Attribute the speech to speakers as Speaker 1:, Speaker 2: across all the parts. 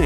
Speaker 1: ต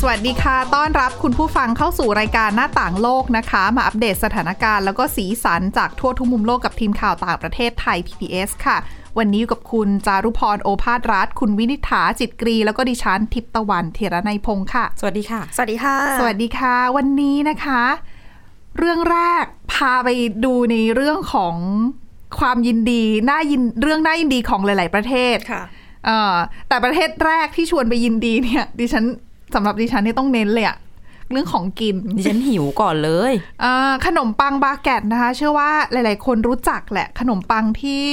Speaker 2: สวัสดีค่ะ ต้อนรับคุณผู้ฟังเข้าสู่รายการหน้าต่างโลกนะคะ มาอัปเดตสถานการณ์แล้วก็สีสันจากทั่วทุกมุมโลกกับทีมข่าวต่างประเทศไทย PBS ค่ะ วันนี้อยู่กับคุณจารุพรโอภาสรัฐ คุณวินิษฐาจิตกรี แล้วก็ดิฉันทิพย์ตะวันเทระในยพงค์ค่ะ
Speaker 3: สวัสดีค่ะ
Speaker 4: สวัสดีค่ะ
Speaker 2: สวัสดีค่ะ วันนี้นะคะ เรื่องแรกพาไปดูในเรื่องของความยินดีน่ายินเรื่องน่ายินดีของหลาย ๆ ประเทศ
Speaker 4: ค่ะ
Speaker 2: เอ่อแต่ประเทศแรกที่ชวนไปยินดีเนี่ย ดิฉันสำหรับดิฉันเนี่ยต้องเน้นเลยอะเรื่องของ กิน
Speaker 3: ดิฉันหิวก่อนเลย
Speaker 2: เอ่อขนมปังบาแกตนะคะ เชื่อว่าหลาย ๆ คนรู้จักแหละ ขนมปังที่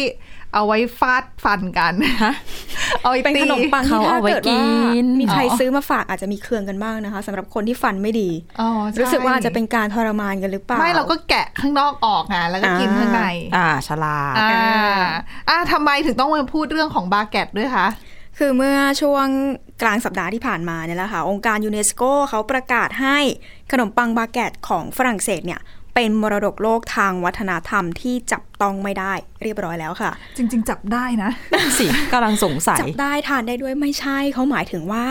Speaker 2: เอาไว้ฟาดฟันกัน
Speaker 3: ฮะ
Speaker 2: เอาไว้
Speaker 4: เป็น
Speaker 2: ตี
Speaker 4: ขนมปัง
Speaker 3: เขา
Speaker 4: ที่ถ้า
Speaker 3: เอาไว้
Speaker 4: เกิด
Speaker 3: กิ
Speaker 4: ว่าน มีใครซื้อมาฝากอาจจะมีเครืองกันบ้างนะคะสำหรับคนที่ฟันไม่ดี
Speaker 2: อ๋อใช่
Speaker 4: รู้สึกว่าอาจจะเป็นการทรมานกันหรือเปล่า
Speaker 2: ไม่เราก็แกะข้างนอกออกนะแล้วก็กิน
Speaker 4: อ่า
Speaker 2: ข้างใน
Speaker 3: อ่าฉลาด
Speaker 2: อ่าอ่าทำไมถึงต้องมาพูดเรื่องของบาแกตด้วยคะ
Speaker 4: คือเมื่อช่วงกลางสัปดาห์ที่ผ่านมาเนี่ยแหละค่ะ องค์การยูเนสโกเขาประกาศให้ขนมปังบาแกตของฝรั่งเศสเนี่ย เป็นมรดกโลกทางวัฒนธรรมที่จับต้องไม่ได้เรียบร้อยแล้วค่ะ
Speaker 2: จริง ๆ จับได้นะ
Speaker 3: นั่นสิกำลังสงสัย
Speaker 4: จับได้ทานได้ด้วยไม่ใช่เขาหมายถึงว่า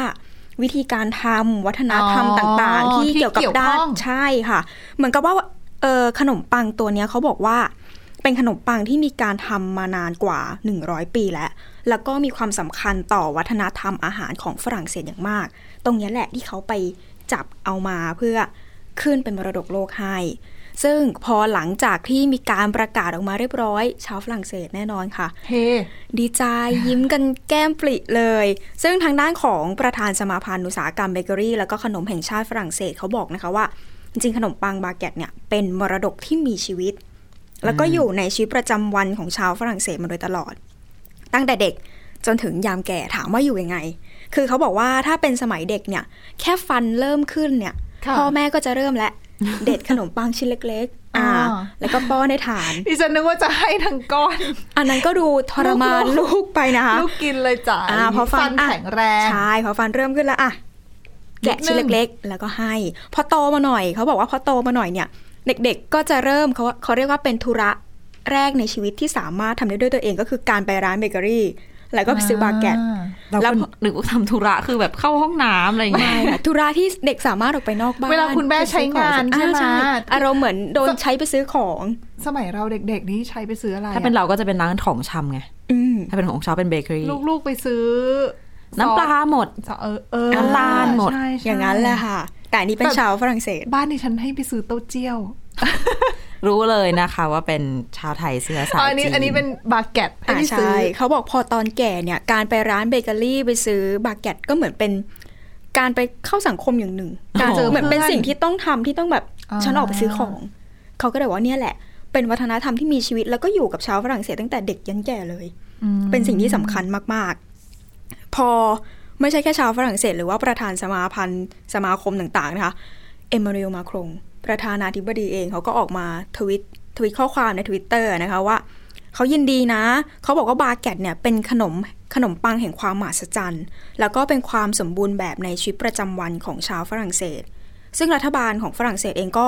Speaker 4: วิธีการทำวัฒนธรรม
Speaker 2: อ๋อ
Speaker 4: ต่างๆ ที่
Speaker 2: ที่
Speaker 4: เกี่ยวกับ
Speaker 2: เกี่ยว
Speaker 4: ด้า
Speaker 2: ข้
Speaker 4: น
Speaker 2: อง
Speaker 4: ใช่ค่ะ เหมือนกับว่าเอ่อขนมปังตัวเนี้ยเขาบอกว่า เป็นขนมปังที่มีการทำมานานกว่า 100 ปีแล้ว แล้วก็มีความสำคัญต่อวัฒนธรรมอาหารของฝรั่งเศสอย่างมาก ตรงเนี้ยแหละที่เขาไปจับเอามาเพื่อขึ้นเป็นมรดกโลกให้ ซึ่งพอหลังจากที่มีการประกาศออกมาเรียบร้อย ชาวฝรั่งเศสแน่นอนค่ะ
Speaker 2: เฮ
Speaker 4: ดี ใจยิ้มกันแก้มปริเลย ซึ่งทางด้านของประธานสมาพันธ์อุตสาหกรรมเบเกอรี่ แล้วก็ขนมแห่งชาติฝรั่งเศสเขาบอกนะคะว่า จริงๆ ขนมปังบาเกตเนี่ยเป็นมรดกที่มีชีวิต แล้วก็อยู่ในชีวิตประจำวันของชาวฝรั่งเศสมาโดยตลอด ตั้งแต่เด็กจนถึงยามแก่ถามว่าอยู่ยังไง คือเขาบอกว่าถ้าเป็นสมัยเด็กเนี่ย แค่ฟันเริ่มขึ้นเนี่ย
Speaker 2: ค่ะ
Speaker 4: พ่อแม่ก็จะเริ่มแล้วเด็ดขนมปังชิ้นเล็กๆอ่าแล้วก็ป้อนให้ทาน
Speaker 2: ดิฉันนึกว่าจะให้ทั้งก้อน
Speaker 4: อันนั้นก็ดูทรมานลูกไปนะคะ
Speaker 2: ลูกกินเลยจ้ะ
Speaker 4: อ่าเพราะฟัน
Speaker 2: แข็งแรง
Speaker 4: ใช่พอฟันเริ่มขึ้นแล้วอะแกะชิ้นเล็กๆ แล้วก็ให้ พอโตมาหน่อยเขาบอกว่าพอโตมาหน่อยเนี่ย เด็กๆก็จะเริ่มเขาเขาเรียกว่าเป็นธุระแรกในชีวิตที่สามารถทำได้ด้วยตัวเองก็คือการไปร้านเบเกอรี่ แล้วก็ไปซื้อบาเกต
Speaker 2: อ่
Speaker 3: เรา
Speaker 4: แล้
Speaker 3: ก็
Speaker 4: ว
Speaker 3: หรือว่าทำธุระคือแบบเข้าห้องน้ำอะไรอย่างเงี้
Speaker 4: ไม่
Speaker 3: ย
Speaker 4: ค่ะธุระที่เด็กสามารถออกไปนอกบ้าน
Speaker 2: เวลาคุณแม่ใช้งาน
Speaker 4: อ่
Speaker 2: ใช่ไหม
Speaker 4: อารมณ์เหมือนโดนใช้ไปซื้อของ
Speaker 2: สมัยเราเด็กๆนี่ใช้ไปซื้ออะไรอะ
Speaker 3: ถ้าเป็นเราก็จะเป็นร้านของชำไง
Speaker 4: อืม
Speaker 3: ถ้าเป็นของชำเป็นเบเกอรี่
Speaker 2: ลูกๆไปซื้อ
Speaker 3: น้ำปลาหมด
Speaker 2: ซอสเออเออ
Speaker 3: น้ำตาลหมด
Speaker 2: ใช่ใช่
Speaker 4: อย่างนั้นแหละค่ะ แต่อันนี้เป็นชาวฝรั่งเศส
Speaker 2: บ้านดิฉันให้ไปซื้อเต้าเจี้ยว
Speaker 3: รู้เลยนะคะว่าเป็นชาวไทยเสื้อสาย
Speaker 2: อันนี้
Speaker 3: จี
Speaker 2: อันนี้เป็นบาเก็ตให้
Speaker 4: อ่า
Speaker 2: ไปซื้
Speaker 4: ใช่
Speaker 2: อ
Speaker 4: เขาบอกพอตอนแก่เนี่ย การไปร้านเบเกอรี่ไปซื้อบาเก็ตก็เหมือนเป็น การไปเข้าสังคมอย่างหนึ่ง การ
Speaker 2: เจอ
Speaker 4: เหมือนเป็น
Speaker 2: เพื่อน
Speaker 4: สิ่งที่ต้องทำที่ต้องแบบ
Speaker 2: อ่า
Speaker 4: ฉันออกไปซื้อของ เขาก็เลยบอกว่าเนี่ยแหละ เป็นวัฒนธรรมที่มีชีวิตแล้วก็อยู่กับชาวฝรั่งเศสตั้งแต่เด็กยันแก่เลย
Speaker 2: อืม
Speaker 4: เป็นสิ่งที่สำคัญมาก ๆ พอไม่ใช่แค่ชาวฝรั่งเศส หรือว่าประธานสมาพันธ์สมาคมต่างๆนะคะเอมมานูเอลมาครงประธานาธิบดีเองเขาก็ออกมาทวิตทวิตข้อความใน Twitter นะคะว่า เขายินดีนะ เขาบอกว่าบาแกตเนี่ยเป็นขนมขนมปังแห่งความมหัศจรรย์แล้วก็เป็นความสมบูรณ์แบบในชีวิตประจำวันของชาวฝรั่งเศส ซึ่งรัฐบาลของฝรั่งเศสเองก็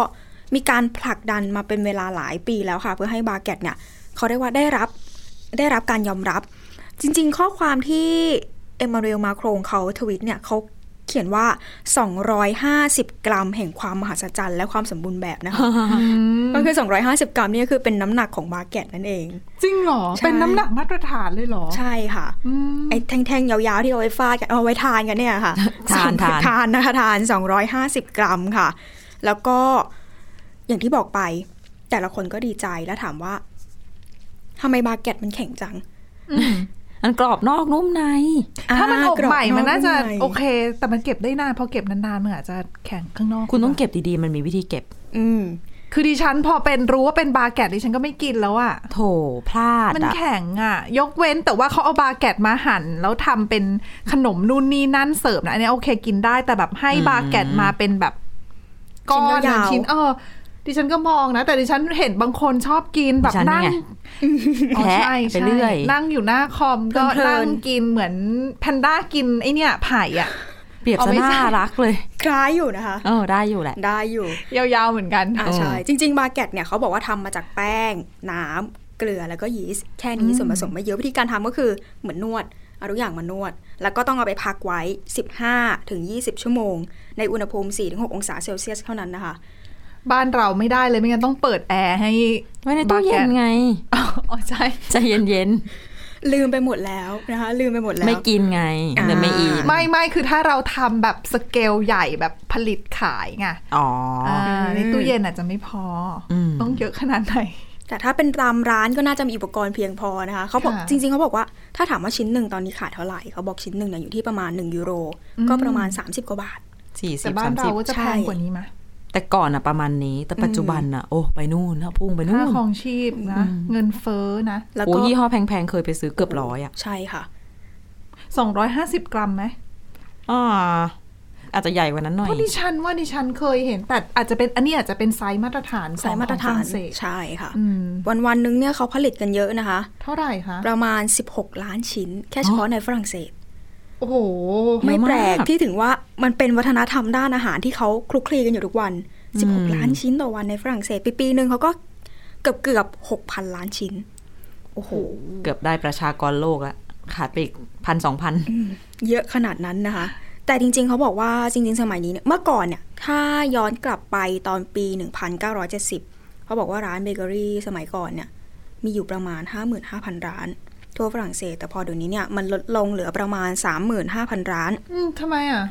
Speaker 4: มีการผลักดันมาเป็นเวลาหลายปีแล้วค่ะ เพื่อให้บาแกตเนี่ยเขาเรียกว่าได้รับได้รับการยอมรับ จริงๆ ข้อความที่เอมมานูเอลมาโครงเขาทวิตเนี่ยเขาเขียนว่า 250 กรัมแห่งความมหัศจรรย์และความสมบูรณ์แบบ นะคะ
Speaker 2: อืม
Speaker 4: ก็คือ 250 กรัมเนี่ยคือเป็นน้ำหนักของบาแกตนั่นเอง
Speaker 2: จริงเหรอ
Speaker 4: ใช่
Speaker 2: เป็นน้ำหนักมาตรฐานเลยเหรอ
Speaker 4: ใช่ค่ะ
Speaker 2: อืม
Speaker 4: ไอ้แท่งๆ ยาวๆ ที่เอาไว้ฟาดกันเอาไว้ทานกันเนี่ย ค่ะ
Speaker 3: ทานทาน
Speaker 4: ทานนะคะทาน 250 กรัมค่ะ แล้วก็อย่างที่บอกไป แต่ละคนก็ดีใจแล้วถามว่าทำไมบาเก็ตมันแข็งจัง
Speaker 2: อืม
Speaker 3: มันกรอบนอกนุ่มใน
Speaker 2: ถ้ามันอบ
Speaker 4: กร
Speaker 2: ใหม่มันน่าจะ
Speaker 4: ย
Speaker 2: โอเค แต่มันเก็บได้นานพอเก็บนานๆมันอาจจะแข็งข้างนอก
Speaker 3: คุณต้องเก็บดีๆ มันมีวิธีเก็บ
Speaker 4: อืม
Speaker 2: คือดิฉันพอเป็นรู้ว่าเป็นบาแกตดิฉันก็ไม่กินแล้วอะ
Speaker 3: โถพลาด
Speaker 2: มัน
Speaker 3: อะ
Speaker 2: แข็งอะยกเว้นแต่ว่าเขาเอาบาแกตมาหั่นแล้วทำเป็นขนมนู่นนี่นั่นเสิร์ฟนะอันนี้โอเคกินได้แต่แบบให้บาแกตมาเป็นแบบก้อนเป็
Speaker 4: ชิ้นยาว
Speaker 2: นชิ้นเออดิฉันก็มองนะ แต่ดิฉันเห็นบางคนชอบกินแบบ
Speaker 3: ฉัน
Speaker 2: นั่ง
Speaker 3: ไง
Speaker 2: อ๋อ
Speaker 3: แทะ
Speaker 2: ใช่
Speaker 3: ไป
Speaker 2: ใช่
Speaker 3: เรื่อย
Speaker 2: นั่งอยู่หน้าคอมก็
Speaker 4: เพลิน
Speaker 2: นั่
Speaker 4: ๆ
Speaker 2: งกินเหมือนแพนด้ากินไอเนี่ยไผ่อะ
Speaker 3: เปรียบ
Speaker 2: เอา
Speaker 3: ซะ
Speaker 2: ไม่
Speaker 3: น่า
Speaker 2: ใช่
Speaker 3: รักเลย
Speaker 4: คล้ายอยู่นะคะ
Speaker 3: เออได้อยู่แหละ
Speaker 4: ได้อยู่
Speaker 2: ยาวๆเหมือนกัน
Speaker 4: อ่า
Speaker 3: อืม
Speaker 4: ใช่จริง ๆ บาแกตเนี่ยเขาบอกว่าทำมาจากแป้ง น้ำเกลือแล้วก็ยีสต์แค่นี้
Speaker 2: อืม
Speaker 4: ส่วนผสมไม่เยอะวิธีการทำก็คือเหมือนนวดเอาทุกอย่างมานวด แล้วก็ต้องเอาไปพักไว้ 15ถึง20 ชั่วโมง ในอุณหภูมิ4ถึง6องศาเซลเซียสเท่านั้นนะคะ
Speaker 2: บ้านเราไม่ได้เลยไม่งั้นต้องเปิดแอร์ให้
Speaker 3: ไว้ในตู้เย็นไง
Speaker 2: อ๋อใช่
Speaker 3: ใจเย็น
Speaker 4: ลืมไปหมดแล้วนะคะ ลืมไปหมด
Speaker 3: ๆ
Speaker 4: แล้ว
Speaker 3: ไม่กินไง
Speaker 4: อ่า
Speaker 3: เลยไม่อิ่ม
Speaker 2: ไม่ไม่คือถ้าเราทำแบบสเกลใหญ่แบบผลิตขายไง
Speaker 3: อ๋ออา
Speaker 2: ในตู้เย็นอาจจะไม่พออ
Speaker 3: อืม
Speaker 2: ต้องเยอะขนาดไหน
Speaker 4: แต่ถ้าเป็นตามร้านก็น่าจะมีอุปกรณ์เพียงพอนะคะเขาบอก
Speaker 2: ค่ะ
Speaker 4: จริงๆเขาบอกว่าถ้าถามว่าชิ้นหนึ่งตอนนี้ขายเท่าไหร่เขาบอกชิ้นหนึ่งเนี่ยอยู่ที่ประมาณ 1 ยูโร
Speaker 2: อืม
Speaker 4: ก็ประมาณ 30 กว่าบาท
Speaker 3: สี่สิ
Speaker 2: แต่
Speaker 3: บ
Speaker 2: บ้า
Speaker 3: สาน ม
Speaker 2: เรา
Speaker 3: สิบ
Speaker 2: ก็จะแพงกว่านี้ไหม
Speaker 3: แต่ก่อนอะประมาณนี้ แต่ปัจจุบันอะโอ้ไปนู่นนะพุ่งไปนู่
Speaker 2: ค่าน ครองชีพนะ เงินเฟ้อนะ
Speaker 4: แล้ว
Speaker 3: โอ้
Speaker 4: ก็
Speaker 3: ยี่ห้อแพงๆ เคยไปซื้อเกือบร้อยอะ
Speaker 4: ใช่ค่ะ
Speaker 2: 250 กรัมไหม
Speaker 3: อ่าอาจจะใหญ่กว่านั้นหน่อย
Speaker 2: เพราะดิฉันว่าดิฉันเคยเห็น แต่อาจจะเป็นอันนี้อาจจะเป็นไซส์มาตรฐานของ
Speaker 4: สายมาตร
Speaker 2: ข
Speaker 4: ฐา
Speaker 2: องฝ
Speaker 4: น
Speaker 2: รั่งเศส
Speaker 4: ใช่ค่ะ
Speaker 2: อืม
Speaker 4: วันวันๆนึงเนี่ยเขาผลิตกันเยอะนะคะ
Speaker 2: เท่าไหร่คะ
Speaker 4: ประมาณ 16 ล้านชิ้น แค่เฉพาะในฝรั่งเศส
Speaker 2: โอ้โห
Speaker 3: เย
Speaker 4: ไม่
Speaker 3: อะมาก
Speaker 4: แปลกที่ถึงว่ามันเป็นวัฒนธรรมด้านอาหารที่เขาคลุกคลีกันอยู่ทุกวัน 16 ล้านชิ้นต่อวันในฝรั่งเศสปีปีๆหนึ่งเขาก็เกือบเกือบ6,000 ล้านชิ้นโอ้โห
Speaker 3: เกือบได้ประชากรโลกละขาดไปอีกพันสองพัน
Speaker 4: เยอะขนาดนั้นนะคะ แต่จริงๆ เขาบอกว่าจริงๆ สมัยนี้เนี่ยเมื่อก่อนเนี่ยถ้าย้อนกลับไปตอนปี 1970 เขาบอกว่าร้านเบเกอรี่สมัยก่อนเนี่ยมีอยู่ประมาณ 55,000 ร้าน ทั่วฝรั่งเศส แต่พอเดี๋ยวนี้เนี่ยมันลดลงเหลือประมาณ 35,000 ร้าน
Speaker 2: อืมทำไมอ่ะ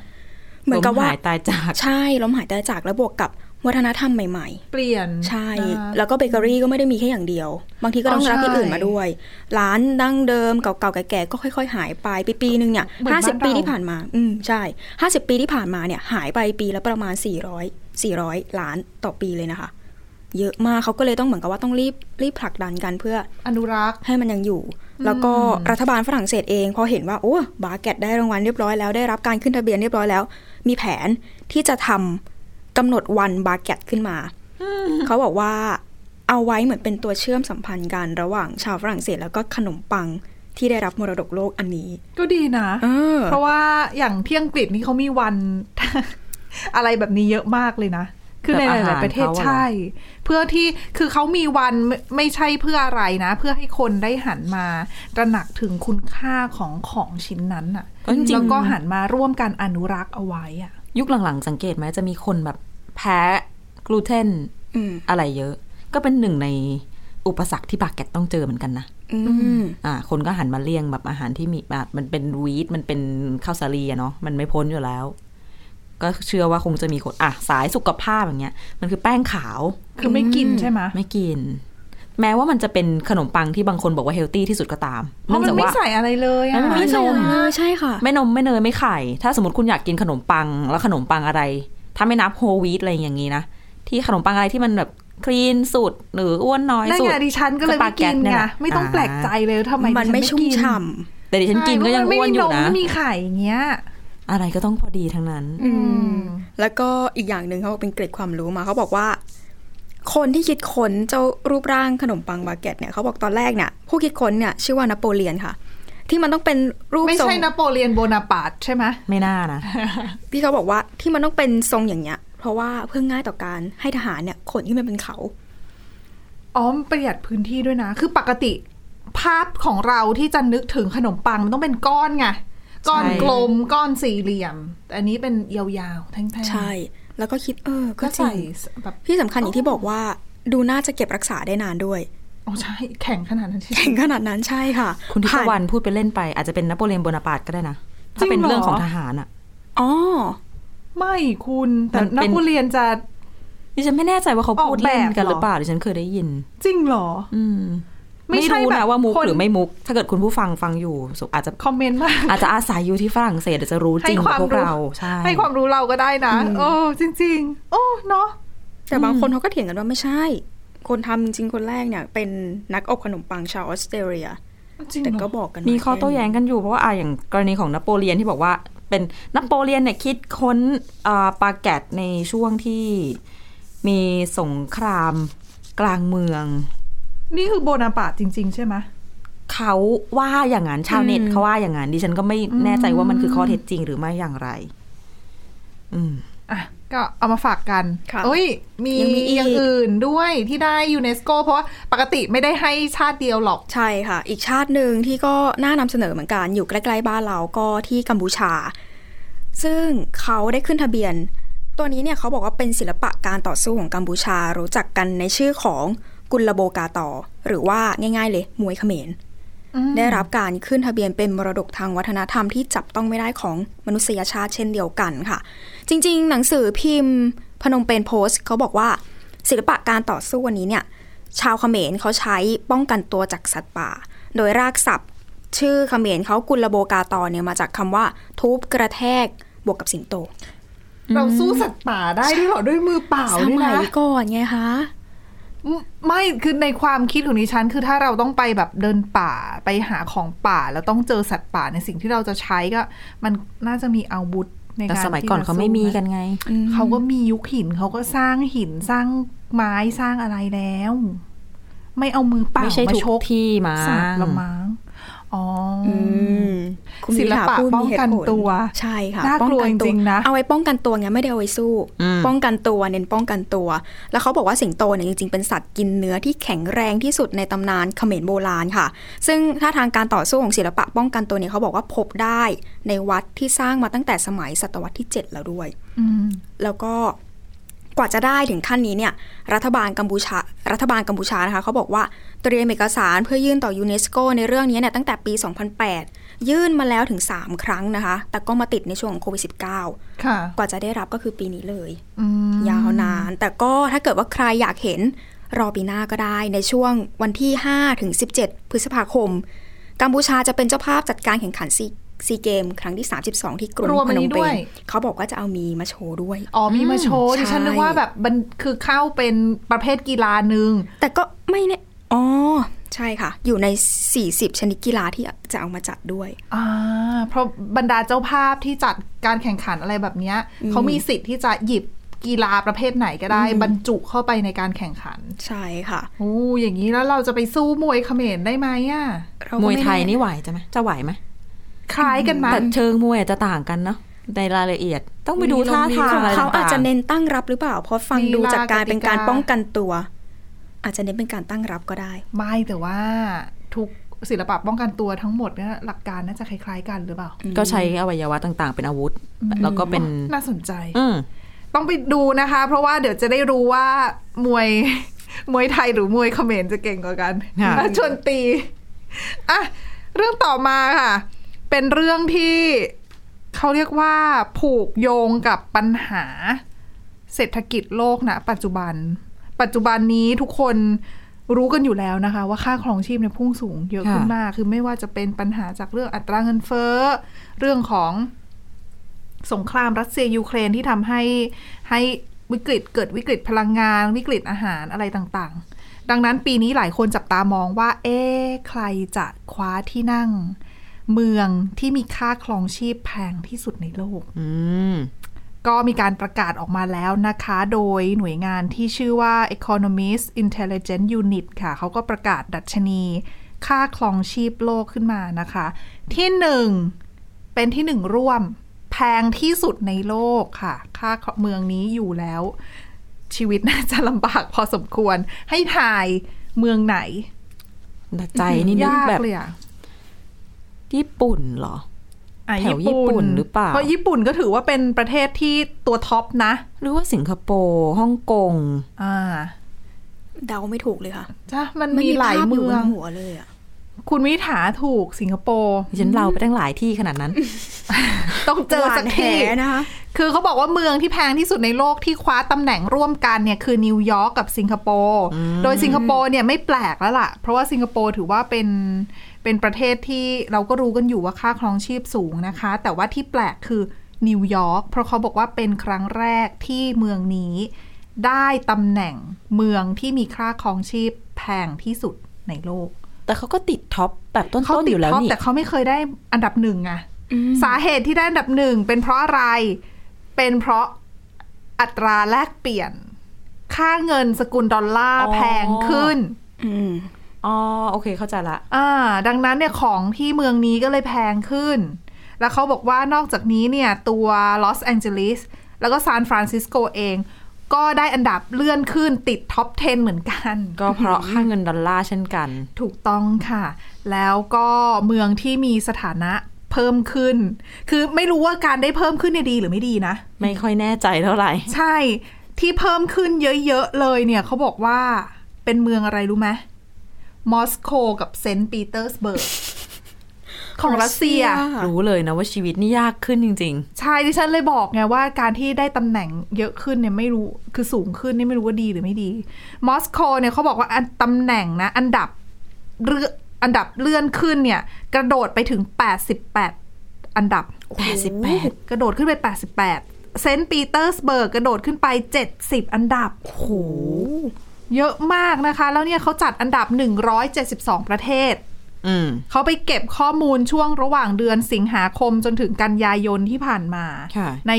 Speaker 4: เหมือนกับว่า
Speaker 3: หายตายจาก
Speaker 4: ใช่ล้มหายตายจากแล้วบวกกับวัฒนธรรมใหม่ ๆ
Speaker 2: เปลี่ยน
Speaker 4: ใช่
Speaker 2: นะคะ
Speaker 4: แล้วก็เบเกอรี่ก็ไม่ได้มีแค่อย่างเดียว บางทีก็ต้อง
Speaker 2: อ๋อ
Speaker 4: รับที่
Speaker 2: ใช่
Speaker 4: อื่นมาด้วย ร้านดั้งเดิมเก่าๆแก่ๆก็ค่อย ๆ หายไปปีปีหนึ่งเนี่ย
Speaker 2: เหมือน
Speaker 4: ห้าสิบ
Speaker 2: บ้านเรา
Speaker 4: ปีที่ผ่านมา อืมใช่ห้าสิบปีที่ผ่านมาเนี่ยหายไปปีละประมาณสี่ร้อยสี่ร้อยล้านต่อปีเลยนะคะ เยอะมากเขาก็เลยต้องเหมือนกับว่าต้องรีบรีบผลักดันกันเพื่อ
Speaker 2: อนุรักษ์
Speaker 4: ให้มันยังอยู่ แล้วก็รัฐบาลฝรั่งเศสเองพอเห็นว่าโอ้บาเกตได้รางวัลเรียบร้อยแล้วได้รับการขึ้นทะเบียนเรียบร้อยแล้ว มีแผนที่จะทำกำหนดวันบาเกตขึ้นมา เขาบอกว่าเอาไว้เหมือนเป็นตัวเชื่อมสัมพันธ์กันระหว่างชาวฝรั่งเศสแล้วก็ขนมปังที่ได้รับมรดกโลกอันนี้
Speaker 2: ก็ดีนะ
Speaker 4: เออ
Speaker 2: เพราะว่าอย่างที่อังกฤษนี่เขามีวัน อะไรแบบนี้เยอะมากเลยนะ คือใน
Speaker 3: แบบ
Speaker 2: ห
Speaker 3: อาหาร
Speaker 2: ลายๆประเทศ
Speaker 3: เขาอะเหรอ
Speaker 2: ใช่ เพื่อที่คือเขามีวันไม่ไม่ใช่เพื่ออะไรนะ เพื่อให้คนได้หันมาตระหนักถึงคุณค่าของของชิ้นนั้นอะ
Speaker 3: เออจริงๆ
Speaker 2: แล้วก็หันมาร่วมกันอนุรักษ์เอาไว้อะ
Speaker 3: ยุคหลังๆ สังเกตไหมจะมีคนแบบแพ้กลูเตน
Speaker 4: อืม
Speaker 3: อะไรเยอะ ก็เป็นหนึ่งในอุปสรรคที่บาเกตต้องเจอเหมือนกันนะ
Speaker 4: อืม
Speaker 3: อ่าคนก็หันมาเลี่ยงแบบอาหารที่มีอ่ะมันเป็นวีทมันเป็นข้าวสาลีอะเนาะมันไม่พ้นอยู่แล้ว ก็เชื่อว่าคงจะมีคนอ่ะสายสุขภาพอย่างเงี้ย มันคือแป้งขาว
Speaker 2: คือไม่กินใช่ไหม
Speaker 3: ไม่กิน แม้ว่ามันจะเป็นขนมปังที่บางคนบอกว่าเฮลตี้ที่สุดก็ตาม
Speaker 2: เพราะมัน
Speaker 3: จาก
Speaker 2: ไม่
Speaker 3: ว่า
Speaker 2: ใส่อะไรเลยอะ
Speaker 3: มันไม่ใส่อะไร
Speaker 4: เออใช่ค่ะ
Speaker 3: ไม่นมไม่เนยไม่ไข่ ถ้าสมมติคุณอยากกินขนมปังแล้วขนมปังอะไร ถ้าไม่นับโฮลวีตอะไรอย่างนี้นะ ที่ขนมปังอะไรที่มันแบบคลีนสุดหรืออ้วนน้อย
Speaker 2: นั่น
Speaker 3: สุด
Speaker 2: ไงดิฉันก็เลยไม่กิน
Speaker 3: สปาเกตเนี่ย
Speaker 2: ไง
Speaker 3: แหละ
Speaker 2: ไม่ต้องแปลกใจเลยว่าทำไม
Speaker 4: มัน
Speaker 2: ดิฉั
Speaker 4: ไม่ชุ่ม
Speaker 2: กิ
Speaker 4: ฉ่
Speaker 3: แต่ดิฉันกินก็ยัง
Speaker 2: ใช่
Speaker 3: อ้วนอยู่
Speaker 2: เพรามั
Speaker 3: นะ
Speaker 2: ไม่มีมไม่มีไข่อย่างเงี้ย
Speaker 3: อะไรก็ต้องพอดีทั้งนั้น
Speaker 4: ำอืมแล้วก็อีกอย่างหนึ่งเขาบอกเป็นเกร็ดความรู้มาเขาบอกว่า คนที่คิดค้นเจ้ารูปร่างขนมปังบาเกตเนี่ยเขาบอกตอนแรกเนี่ยผู้คิดค้นเนี่ยชื่อว่านโปเลียนค่ะ ที่มันต้องเป็นรูป
Speaker 2: ไม่
Speaker 4: ทรง
Speaker 2: ใช่นโปเลียนโบนาปาร์ตใช่ไหม
Speaker 3: ไม่น่านะ
Speaker 4: พี่เขาบอกว่าที่มันต้องเป็นทรงอย่างเงี้ย เพราะว่าเพื่อง่ายต่อการให้ทหารเนี่ยขนขึ้นไปเป็นเขา
Speaker 2: อ๋อมันประหยัดพื้นที่ด้วยนะ คือปกติ ภาพของเราที่จะนึกถึงขนมปังมันต้องเป็นก้อนไง ก้อน
Speaker 3: ใช่
Speaker 2: กลม ก้อนสี่เหลี่ยม แต่อันนี้เป็นยาวๆ แท่งๆ
Speaker 4: ใช่ แล้วก็คิดเออ ก็
Speaker 2: ก็
Speaker 4: จ
Speaker 2: ใ
Speaker 4: ริ
Speaker 2: ส่
Speaker 4: ง
Speaker 2: แบบ
Speaker 4: ที่สำคัญอย่างที่บอกว่าดูน่าจะเก็บรักษาได้นานด้วย
Speaker 2: อ๋อใช่ แข็งขนาดนั้นใช่ไหม
Speaker 4: แข่งขนาดนั้นใช่ค่ะ
Speaker 3: คุณทิศ
Speaker 4: ผ่าน
Speaker 3: วรรณพูดไปเล่นไป อาจจะเป็นนโปเลียนโบนาปาร์ตก็ได้นะ ถ้าเป็น
Speaker 2: จริงเหรอ
Speaker 3: เรื่องของทหารอ่ะ
Speaker 4: อ๋อ
Speaker 2: ไม่คุณ แต่
Speaker 3: มัน
Speaker 2: น
Speaker 3: เป็น
Speaker 2: โปเลียนจะ
Speaker 3: ดิฉันไม่แน่ใจว่าเขาพูดเล่นกัน
Speaker 2: ออกแบบเหรอ
Speaker 3: หรือเปล่าดิฉันเคยได้ยิน
Speaker 2: จริงเหรอ
Speaker 3: อืม
Speaker 2: ไม่
Speaker 3: ไม่
Speaker 2: ใช่
Speaker 3: รู้
Speaker 2: แบ
Speaker 3: นะ
Speaker 2: บ
Speaker 3: ว่ามุก
Speaker 2: คน
Speaker 3: หรือไม่มุก ถ้าเกิดคุณผู้ฟังฟังอยู่สุอาจจะ
Speaker 2: คอมเมนต์มาก
Speaker 3: อาจจะอาศัยอยู่ที่ฝรั่งเศสเดี๋ยวจะรู้จริงกว่าพวกเราใช่
Speaker 2: ให้ความรู้เราก็ได้นะ โอ้จริง ๆ โอ้เนาะ
Speaker 4: แต่บางคนเขาก็เถียงกันว่าไม่ใช่ คนทำจริงๆคนแรกเนี่ย เป็นนักอบขนมปังชาวออสเตรเลีย
Speaker 2: จริง
Speaker 4: แต่
Speaker 2: เหร
Speaker 4: ก็
Speaker 2: อ
Speaker 4: บอกกัน
Speaker 3: มีข้อ
Speaker 4: ว่า
Speaker 3: โต้แย้งกันอยู่เพราะว่าอ่ะอย่างกรณีของนโปเลียนที่บอกว่าเป็นนโปเลียนเนี่ยคิดค้นอ่าปาแกตในช่วงที่มีสงครามกลางเมือง
Speaker 2: นี่คือโบนาปาร์ตจริง ๆ ใช่ไหม
Speaker 3: เขาว่าอย่างนั้นชาวเน็ตเขาว่าอย่างนั้นดิฉันก็ไม่แน่ใจว่ามันคือข้อเท็จจริงหรือไม่อย่างไร อืม
Speaker 2: อ่ะก็เอามาฝากกัน
Speaker 4: ค่ะ
Speaker 2: เอ้ย มี
Speaker 3: ยังมีอีก
Speaker 2: อย่างอื่นด้วยที่ได้ยูเนสโกเพราะว่าปกติไม่ได้ให้ชาติเดียวหรอก
Speaker 4: ใช่ค่ะ อีกชาติหนึ่งที่ก็น่านำเสนอเหมือนกัน อยู่ใกล้ๆบ้านเราก็ที่กัมพูชา ซึ่งเขาได้ขึ้นทะเบียน ตัวนี้เนี่ยเขาบอกว่าเป็นศิลปะการต่อสู้ของกัมพูชา รู้จักกันในชื่อของกุลโบกาตอหรือว่าง่ายๆเลยมวยเขมร
Speaker 2: อืม
Speaker 4: ได้รับการขึ้นทะเบียนเป็นมรดกทางวัฒนธรรมที่จับต้องไม่ได้ของมนุษยชาติเช่นเดียวกันค่ะ จริงๆ หนังสือพิมพ์พนมเปญโพสต์เขาบอกว่า ศิลปะการต่อสู้วันนี้เนี่ย ชาวเขมรเขาใช้ป้องกันตัวจากสัตว์ป่า โดยรากศัพท์ ชื่อเขมรเขากุลโบกาตอเนี่ยมาจากคำว่า ทุบกระแทกบวกกับสิงโต
Speaker 2: เราสู้สัตว์ป่าได้ด้วยเหรอด้วยมือเปล่า
Speaker 4: ส
Speaker 2: ด้วย
Speaker 4: มัย
Speaker 2: นะ
Speaker 4: ก่อนไงคะ
Speaker 2: อืมไม่คือในความคิดของดิฉันคือถ้าเราต้องไปแบบเดินป่าไปหาของป่าแล้วต้องเจอสัตว์ป่าในสิ่งที่เราจะใช้ก็ มันน่าจะมีอาวุธใน
Speaker 3: แต่
Speaker 2: การ
Speaker 3: สมัยก่อนเขาไม่มีกันไง
Speaker 4: อืม
Speaker 2: เขาก็มียุคหินเขาก็สร้างหินสร้างไม้สร้างอะไรแล้ว ไม่เอามือเปล่า
Speaker 3: ไม่ใช่
Speaker 2: มา
Speaker 3: ทุก
Speaker 2: ชก
Speaker 3: ที่มา
Speaker 2: สัตว์ละมั้งอ๋ออ
Speaker 4: อืมคุณ
Speaker 2: ศิลปะ
Speaker 4: วิาพูด
Speaker 2: ป้อง
Speaker 4: มีเหตุ
Speaker 2: กัน
Speaker 4: ผล
Speaker 2: ตัว
Speaker 4: ใช่ค่ะ
Speaker 2: น่ากลัว
Speaker 4: ป้อ
Speaker 2: จ
Speaker 4: ตั
Speaker 2: ริงๆนะ
Speaker 4: เอาไว้ป้องกันตัวไงไม่ได้เอาไว้สู้
Speaker 3: อืม
Speaker 4: ป้องกันตัวเน้นป้องกันตัว แล้วเขาบอกว่าสิงโตเนี่ยจริงๆเป็นสัตว์กินเนื้อที่แข็งแรงที่สุดในตำนานเขมรโบราณค่ะ ซึ่งท่าทางการต่อสู้ของศิลปะป้องกันตัวเนี่ยเขาบอกว่าพบได้ในวัดที่สร้างมาตั้งแต่สมัยศตวรรษที่ 7 แล้วด้วย
Speaker 2: อืม
Speaker 4: แล้วก็กว่าจะได้ถึงขั้นนี้เนี่ยรัฐบาลกัมพูชารัฐบาลกัมพูชานะคะเขาบอกว่าเตรียมเอกสารเพื่อยื่นต่อยูเนสโกในเรื่องนี้เนี่ยตั้งแต่ปี 2008 ยื่นมาแล้วถึง 3 ครั้งนะคะ แต่ก็มาติดในช่วงของโควิด -19 ก
Speaker 2: ค่ะ
Speaker 4: ว่าจะได้รับก็คือปีนี้เลย
Speaker 2: อืม
Speaker 4: ยาวนาน แต่ก็ถ้าเกิดว่าใครอยากเห็นรอปีหน้าก็ได้ในช่วงวันที่5ถึง17 พฤษภาคม กัมพูชาจะเป็นเจ้าภาพจัดการแข่งขันซีซีเกม ครั้งที่ 32 ที่กรุง
Speaker 2: รวม
Speaker 4: พ
Speaker 2: อัน
Speaker 4: นม
Speaker 2: นี้
Speaker 4: เป
Speaker 2: ด้วย
Speaker 4: ญเขาบอกว่าจะเอามีมาโชว์ด้วย
Speaker 2: อ๋อมีมาโชว์ดิฉันนึก
Speaker 4: ใช่
Speaker 2: ว่าแบบมันคือเข้าเป็นประเภทกีฬาหนึ่ง
Speaker 4: แต่ก็ไม่เนี่ยอ๋อ ใช่ค่ะ อยู่ใน 40 ชนิดกีฬาที่จะเอามาจัดด้วย
Speaker 2: อ่าเพราะบรรดาเจ้าภาพที่จัดการแข่งขันอะไรแบบเนี้ย
Speaker 4: อืม
Speaker 2: เขามีสิทธิ์ที่จะหยิบกีฬาประเภทไหนก็ได้
Speaker 4: อืม
Speaker 2: บรรจุเข้าไปในการแข่งขัน
Speaker 4: ใช่ค่ะ
Speaker 2: โอ้อย่างนี้แล้วเราจะไปสู้มวยเขมรได้ไหมอ่ะ
Speaker 4: เรา
Speaker 3: ม
Speaker 4: ก็
Speaker 3: วยไทย
Speaker 4: แ
Speaker 3: นี่ไหวจะไหมจะไหวไหม
Speaker 2: คล้ายกันไหม
Speaker 3: แต่เชิงมวยอาจจะต่างกันเนาะในรายละเอียดต้องไปดูท่าทางอะไร
Speaker 4: เขาอาจจะ
Speaker 3: ต่งๆ
Speaker 4: เน้นตั้งรับหรือเปล่า เพราะฟังดูจากการเป็นการป้องกันตัว อาจจะเน้นเป็นการตั้งรับก็ได้
Speaker 2: ไม่แต่ว่า ทุกศิลปะป้องกันตัวทั้งหมดเนี่ยหลักการน่าจะคล้ายๆกันหรือเปล่า
Speaker 3: ก็ใช้อวัยวะต่างๆ เป็นอาวุธ แล้วก็เป็น
Speaker 2: น่าสนใจ
Speaker 3: อืม
Speaker 2: ต้องไปดูนะคะ เพราะว่าเดี๋ยวจะได้รู้ว่ามวย มวยไทยหรือมวยเขมรจะเก่งกว่ากัน
Speaker 3: ค่ะ
Speaker 2: อ่ะชวนตีอ่ะเรื่องต่อมาค่ะ เป็นเรื่องที่เขาเรียกว่าผูกโยงกับปัญหา เศรษฐกิจโลกนะปัจจุบัน ปัจจุบันนี้ทุกคนรู้กันอยู่แล้วนะคะ ว่าค่าครองชีพเนี่ยพุ่งสูงเยอะขึ้นมาก คือไม่ว่าจะเป็นปัญหาจากเรื่องอัตราเงินเฟ้อ เรื่องของสงครามรัสเซียยูเครนที่ทำให้ให้วิกฤตเกิดวิกฤตพลังงาน วิกฤตอาหารอะไรต่างๆ ดังนั้นปีนี้หลายคนจับตามองว่า เอ๊ะใครจะคว้าที่นั่ง เมืองที่มีค่าครองชีพแพงที่สุดในโลก
Speaker 3: อืม
Speaker 2: ก็มีการประกาศออกมาแล้วนะคะ โดยหน่วยงานที่ชื่อว่า Economist Intelligence Unit ค่ะ เขาก็ประกาศดัชนีค่าครองชีพโลกขึ้นมานะคะ ที่หนึ่งเป็นที่หนึ่งร่วม แพงที่สุดในโลกค่ะ ค่าเมืองนี้อยู่แล้ว ชีวิตน่าจะลำบากพอสมควร ให้ทายเมืองไหน
Speaker 3: ใจนี่นึก
Speaker 2: ยาก
Speaker 3: แบบ
Speaker 2: เลยอะ
Speaker 3: ญี่ปุ่นเหรอ
Speaker 2: อ่ะ
Speaker 3: แถวญี่ปุ่นหรือเปล่า
Speaker 2: เพราะญี่ปุ่นก็ถือว่าเป็นประเทศที่ตัวท็อปนะ
Speaker 3: หรือว่าสิงคโปร์ฮ่องกง
Speaker 2: อ่า
Speaker 4: เดาไม่ถูกเลยค่ะ
Speaker 2: จ้ะมัน
Speaker 4: น
Speaker 2: มีหลาย
Speaker 4: ภพ
Speaker 2: เมื
Speaker 4: บ
Speaker 2: อง
Speaker 4: นหัวเลยอะ
Speaker 2: คุณวิถาถูกสิงคโปร์
Speaker 3: ฉันเราไปตั้งหลายที่ขนาดนั้น
Speaker 2: ต้องเจอสักที่
Speaker 4: หวานแหนะคะ
Speaker 2: คือเขาบอกว่าเมืองที่แพงที่สุดในโลกที่คว้าตำแหน่งร่วมกันเนี่ยคือนิวยอร์กกับสิงคโปร์ โดยสิงคโปร์เนี่ยไม่แปลกแล้วล่ะ เพราะว่าสิงคโปร์ถือว่าเป็นเป็นประเทศที่เราก็รู้กันอยู่ว่าค่าครองชีพสูงนะคะ แต่ว่าที่แปลกคือนิวยอร์กเพราะเขาบอกว่าเป็นครั้งแรกที่เมืองนี้ ได้ตำแหน่งเมืองที่มีค่าครองชีพแพงที่สุดในโลก
Speaker 3: แต่เขาก็ติดท็อปแบบต้
Speaker 2: เขา
Speaker 3: นๆ
Speaker 2: ติด
Speaker 3: อยู่แล้ว
Speaker 2: ท็อป
Speaker 3: นี่
Speaker 2: แต่เขาไม่เคยได้อันดับหนึ่งไงสาเหตุที่ได้อันดับหนึ่งเป็นเพราะอะไร เป็นเพราะอัตราแลกเปลี่ยน ค่าเงินสกุลดอลลาร์แพงขึ้น
Speaker 4: อืม
Speaker 3: อ๋อโอเคเข้าใจละ
Speaker 2: อ่าดังนั้นเนี่ยของที่เมืองนี้ก็เลยแพงขึ้น แล้วเขาบอกว่านอกจากนี้เนี่ยตัวลอสแองเจลิส แล้วก็ซานฟรานซิสโกเอง ก็ได้อันดับเลื่อนขึ้นติดท็อป 10 เหมือนกัน
Speaker 3: ก็เพราะค่าเงินดอลลาร์เช่นกัน
Speaker 2: ถูกต้องค่ะ แล้วก็เมืองที่มีสถานะเพิ่มขึ้น คือไม่รู้ว่าการได้เพิ่มขึ้นเนี่ยดีหรือไม่ดีนะ
Speaker 3: ไม่ค่อยแน่ใจเท่าไหร่
Speaker 2: ใช่ที่เพิ่มขึ้นเยอะๆเลยเนี่ยเขาบอกว่าเป็นเมืองอะไรรู้ไหมมอสโกกับเซนต์ปีเตอร์สเบิร์กของรัสเซีย
Speaker 3: รู้เลยนะว่าชีวิตนี่ยากขึ้นจริง
Speaker 2: ใช่ดิฉันเลยบอกไงว่าการที่ได้ตำแหน่งเยอะขึ้นเนี่ยไม่รู้คือสูงขึ้นนี่ไม่รู้ว่าดีหรือไม่ดี มอสโกเนี่ยเขาบอกว่าอันตำแหน่งนะ อันดับเรืออันดับเลื่อนขึ้นเนี่ย กระโดดไปถึง 88 อันดับ
Speaker 3: 88
Speaker 2: กระโดดขึ้นไป 88 เซนต์ปีเตอร์สเบิร์กกระโดดขึ้นไป 70 อันดับ
Speaker 3: โอ้โห
Speaker 2: เยอะมากนะคะ แล้วเนี่ยเขาจัดอันดับ 172 ประเทศ
Speaker 3: อืม
Speaker 2: เขาไปเก็บข้อมูลช่วงระหว่างเดือนสิงหาคมจนถึงกันยายนที่ผ่านมา
Speaker 3: ค่ะ
Speaker 2: ใน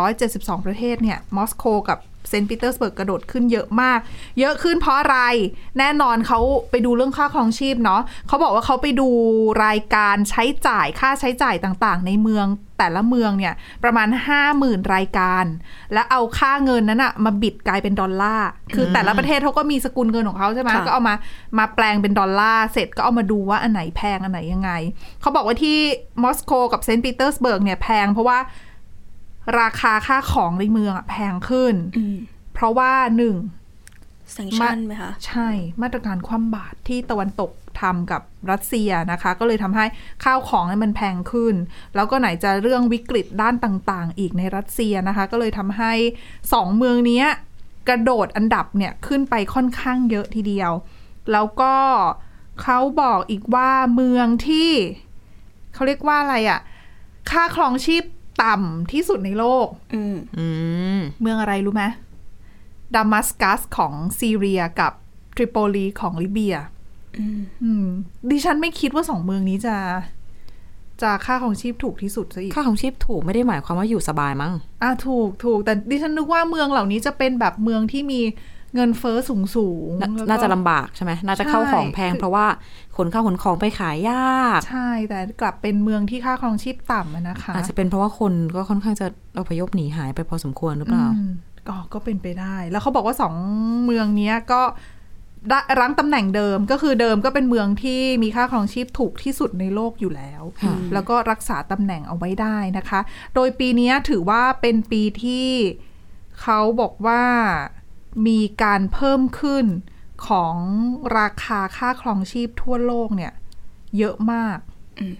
Speaker 2: 172 ประเทศเนี่ย มอสโกกับเซนต์ปีเตอร์สเบิร์กกระโดดขึ้นเยอะมาก เยอะขึ้นเพราะอะไร แน่นอนเขาไปดูเรื่องค่าครองชีพเนาะเขาบอกว่าเขาไปดูรายการใช้จ่ายค่าใช้จ่ายต่างๆ ในเมืองแต่ละเมืองเนี่ยประมาณ 50,000 รายการ แล้วเอาค่าเงินนั้นอะมาบิดกลายเป็นดอลลาร์ คือแต่ละประเทศเขาก็มีสกุลเงินของเขาใช่ไหม
Speaker 4: ค่ะ
Speaker 2: ก็เอามามาแปลงเป็นดอลลาร์เสร็จก็เอามาดูว่าอันไหนแพงอันไหนยังไงเขาบอกว่าที่มอสโกกับเซนต์ปีเตอร์สเบิร์กเนี่ยแพงเพราะว่า ราคาค่าของในเมืองอะแพงขึ้น
Speaker 4: อืม
Speaker 2: เพราะว่าหนึ่ง
Speaker 4: สังชั่นไหมคะ
Speaker 2: ใช่มาตรการคว่ำบาตรที่ตะวันตกทำกับรัสเซียนะคะ ก็เลยทำให้ข้าวของเนี่ยมันแพงขึ้น แล้วก็ไหนจะเรื่องวิกฤตด้านต่างๆ อีกในรัสเซียนะคะ ก็เลยทำให้สองเมืองเนี้ยกระโดดอันดับเนี่ยขึ้นไปค่อนข้างเยอะทีเดียว แล้วก็เขาบอกอีกว่าเมืองที่เขาเรียกว่าอะไรอะค่าครองชีพต่ำที่สุดในโลก
Speaker 4: อืม
Speaker 3: อืม
Speaker 2: เมืองอะไรรู้ไหมดามัสกัสของซีเรียกับทริโปลีของลิเบีย
Speaker 4: อืม
Speaker 2: อืม ดิฉันไม่คิดว่าสองเมืองนี้จะ จะค่าของชีพถูกที่สุดซะอีก
Speaker 3: ค่าของชีพถูกไม่ได้หมายความว่าอยู่สบายมั้ง
Speaker 2: อ่ะถูกถูก แต่ดิฉันนึกว่าเมืองเหล่านี้จะเป็นแบบเมืองที่มีเงินเฟ้อสูงสูง
Speaker 3: น่า
Speaker 2: แล้วก็
Speaker 3: น่าจะลำบากใช่ไหม น่าจะเข้า
Speaker 2: ใช่
Speaker 3: ของแพง
Speaker 2: คือ
Speaker 3: เพราะว่าขนข้าวขนของไปขายยาก
Speaker 2: ใช่ แต่กลับเป็นเมืองที่ค่าครองชีพต่ำอะนะคะ
Speaker 3: อาจจะเป็นเพราะว่าคนก็ค่อนข้างจะอพยพหนีหายไปพอสมควรหรือเปล่า
Speaker 2: อืมก็ก็เป็นไปได้ แล้วเขาบอกว่าสองเมืองเนี้ยก็ได้รั้งตำแหน่งเดิมก็คือเดิมก็เป็นเมืองที่มีค่าครองชีพถูกที่สุดในโลกอยู่แล้ว
Speaker 3: ค่ะ
Speaker 2: แล้วก็รักษาตำแหน่งเอาไว้ได้นะคะ โดยปีเนี้ยถือว่าเป็นปีที่เขาบอกว่ามีการเพิ่มขึ้นของราคาค่าครองชีพทั่วโลกเนี่ยเยอะมาก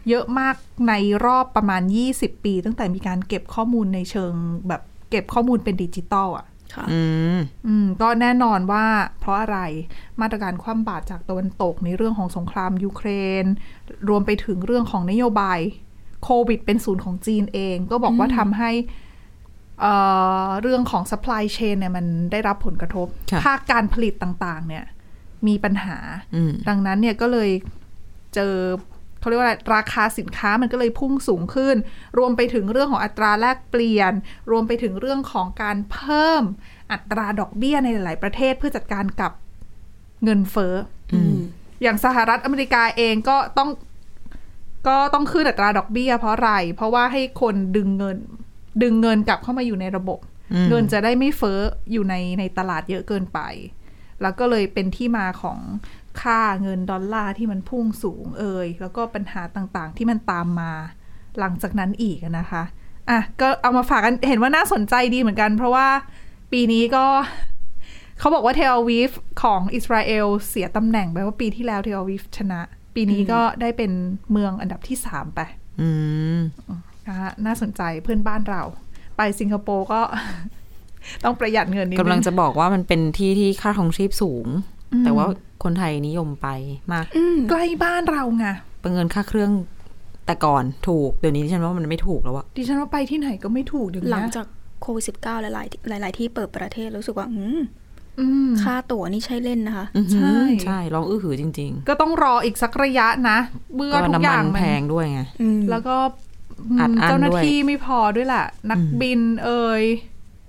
Speaker 2: เยอะมากในรอบประมาณ 20 ปี ตั้งแต่มีการเก็บข้อมูลในเชิงแบบเก็บข้อมูลเป็นดิจิตอลอ่ะ
Speaker 4: ค่ะ
Speaker 3: อืม
Speaker 2: อืมก็แน่นอนว่าเพราะอะไรมาตรการคว่ำบาตรจากตะวันตกในเรื่องของสงครามยูเครน รวมไปถึงเรื่องของนโยบายโควิดเป็นศูนย์ของจีนเอง ก็บอกว่าทำให้เอ่อเรื่องของ supply chain เนี่ยมันได้รับผลกระทบ
Speaker 3: ค่ะ
Speaker 2: ภาคการผลิตต่างๆ เนี่ย มีปัญหา
Speaker 3: อืม
Speaker 2: ดังนั้นเนี่ยก็เลยเจอเขาเรียกว่าอะไรราคาสินค้ามันก็เลยพุ่งสูงขึ้น รวมไปถึงเรื่องของอัตราแลกเปลี่ยน รวมไปถึงเรื่องของการเพิ่มอัตราดอกเบี้ยในหลาย ๆ ประเทศเพื่อจัดการกับเงินเฟ้อ
Speaker 4: อืม
Speaker 2: อย่างสหรัฐอเมริกาเองก็ต้องก็ต้องขึ้นอัตราดอกเบี้ยเพราะอะไร เพราะว่าให้คนดึงเงิน ดึงเงินกลับเข้ามาอยู่ในระบบ
Speaker 3: อืม
Speaker 2: เงินจะได้ไม่เฟ้ออยู่ในในตลาดเยอะเกินไป แล้วก็เลยเป็นที่มาของค่าเงินดอลลาร์ที่มันพุ่งสูงเอ่ยแล้วก็ปัญหาต่างๆ ที่มันตามมาหลังจากนั้นอีกอะนะคะอ่ะก็เอามาฝากกันเห็นว่าน่าสนใจดีเหมือนกัน เพราะว่าปีนี้ก็ เขาบอกว่าเทลอาวีฟของอิสราเอลเสียตำแหน่งไปว่าปีที่แล้วเทลอาวีฟชนะ ปีนี้ก็ได้เป็นเมืองอันดับที่ 3 ไป
Speaker 3: อืม
Speaker 2: นะคะน่าสนใจเพื่อนบ้านเรา ไปสิงคโปร์ก็ ต้องประหยัดเงินนิดนึ
Speaker 3: กำลังจะบอกว่ามันเป็นที่ที่ค่าของชีพสูง
Speaker 2: อืม
Speaker 3: แต่ว่าคนไทยนิยมไปมาก
Speaker 4: อืม
Speaker 2: ใกล้บ้านเราไง
Speaker 3: เป็นเงินค่าเครื่องแต่ก่อนถูก เดี๋ยวนี้ดิฉันว่ามันไม่ถูกแล้วอะ
Speaker 2: ดิฉันว่าไปที่ไหนก็ไม่ถูกเดี๋ยว
Speaker 4: หลัง
Speaker 2: นี้
Speaker 4: จากโควิดสิบเก้าหลายๆที่หลาย ๆ ที่เปิดประเทศรู้สึกว่า อืม
Speaker 2: อืม
Speaker 4: ค่าตั๋วนี่ใช่เล่นนะคะ
Speaker 3: อื้อหือ
Speaker 2: ใช่
Speaker 3: ใช่ร้องอื้อหือจริง ๆ
Speaker 2: ก็ต้องรออีกสักระยะนะเมื่อทุกอ
Speaker 3: น้ำมั
Speaker 2: ย่าง
Speaker 3: น
Speaker 2: มั
Speaker 3: แพ
Speaker 2: น
Speaker 3: งด้วยไง
Speaker 4: อืม
Speaker 2: แล้วก็อืม
Speaker 3: อัดอั้นด้วย
Speaker 2: เจ้าหน้าที่ไม่พอด้วยแหละนักบินเอ่ย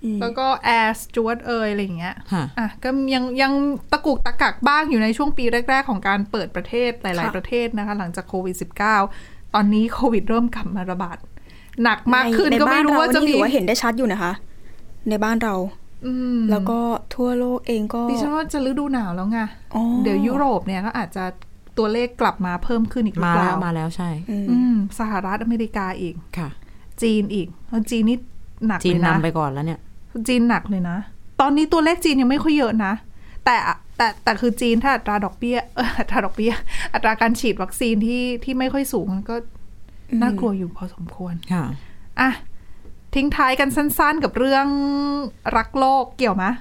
Speaker 4: อืม
Speaker 2: แล้วก็แอร์สจวตเอ่ยอะไรอย่างเงี้ย
Speaker 3: ค่ะ
Speaker 2: อ่ะก็ยังยังตะกุกตะกักบ้างอยู่ในช่วงปีแรก ๆ ของการเปิดประเทศหลาย ๆ ประเทศนะคะ หลังจากโควิด -19 ตอนนี้โควิดเริ่มกลับมาระบาด หนักมากขึ้น
Speaker 4: ใ
Speaker 2: ก็ไม่รู้ว่าจะ
Speaker 4: ในบ้น
Speaker 2: มี
Speaker 4: เนี่ถือว่าเห็นได้ชัดอยู่นะคะ ในบ้านเรา
Speaker 2: อืม
Speaker 4: แล้วก็ทั่วโลกเองก็
Speaker 2: ดิฉันว่าจะฤดูหนาวแล้วไง
Speaker 4: อ๋อ
Speaker 2: เดี๋ยวยุโรปเนี่ยก็อาจจะตัวเลขกลับมาเพิ่มขึ้นอีกหรือ
Speaker 3: มา
Speaker 2: เป
Speaker 3: แล้
Speaker 2: ล่าว
Speaker 3: มาแล้วใช่
Speaker 4: อืม
Speaker 2: อืมสหรัฐอเมริกาอีก
Speaker 3: ค่ะ
Speaker 2: จีนอีกเอาจีนนี่หนัก
Speaker 3: จี
Speaker 2: เล
Speaker 3: น
Speaker 2: ยนะ
Speaker 3: นำไปก่อนแล้วเนี่ย
Speaker 2: จีนหนักเลยนะ ตอนนี้ตัวเลขจีนยังไม่ค่อยเยอะนะ แต่แต่แต่คือจีนถ้าอัตราดอกเบี้ยเอออัตราดอกเบี้ย อัตราการฉีดวัคซีนที่ที่ไม่ค่อยสูงมันก็น่ากลัวอยู่พอสมควร
Speaker 3: ค่ะ
Speaker 2: อ่ะ ทิ้งท้ายกันสั้นๆกับเรื่องรักโลกเกี่ยวไหมะ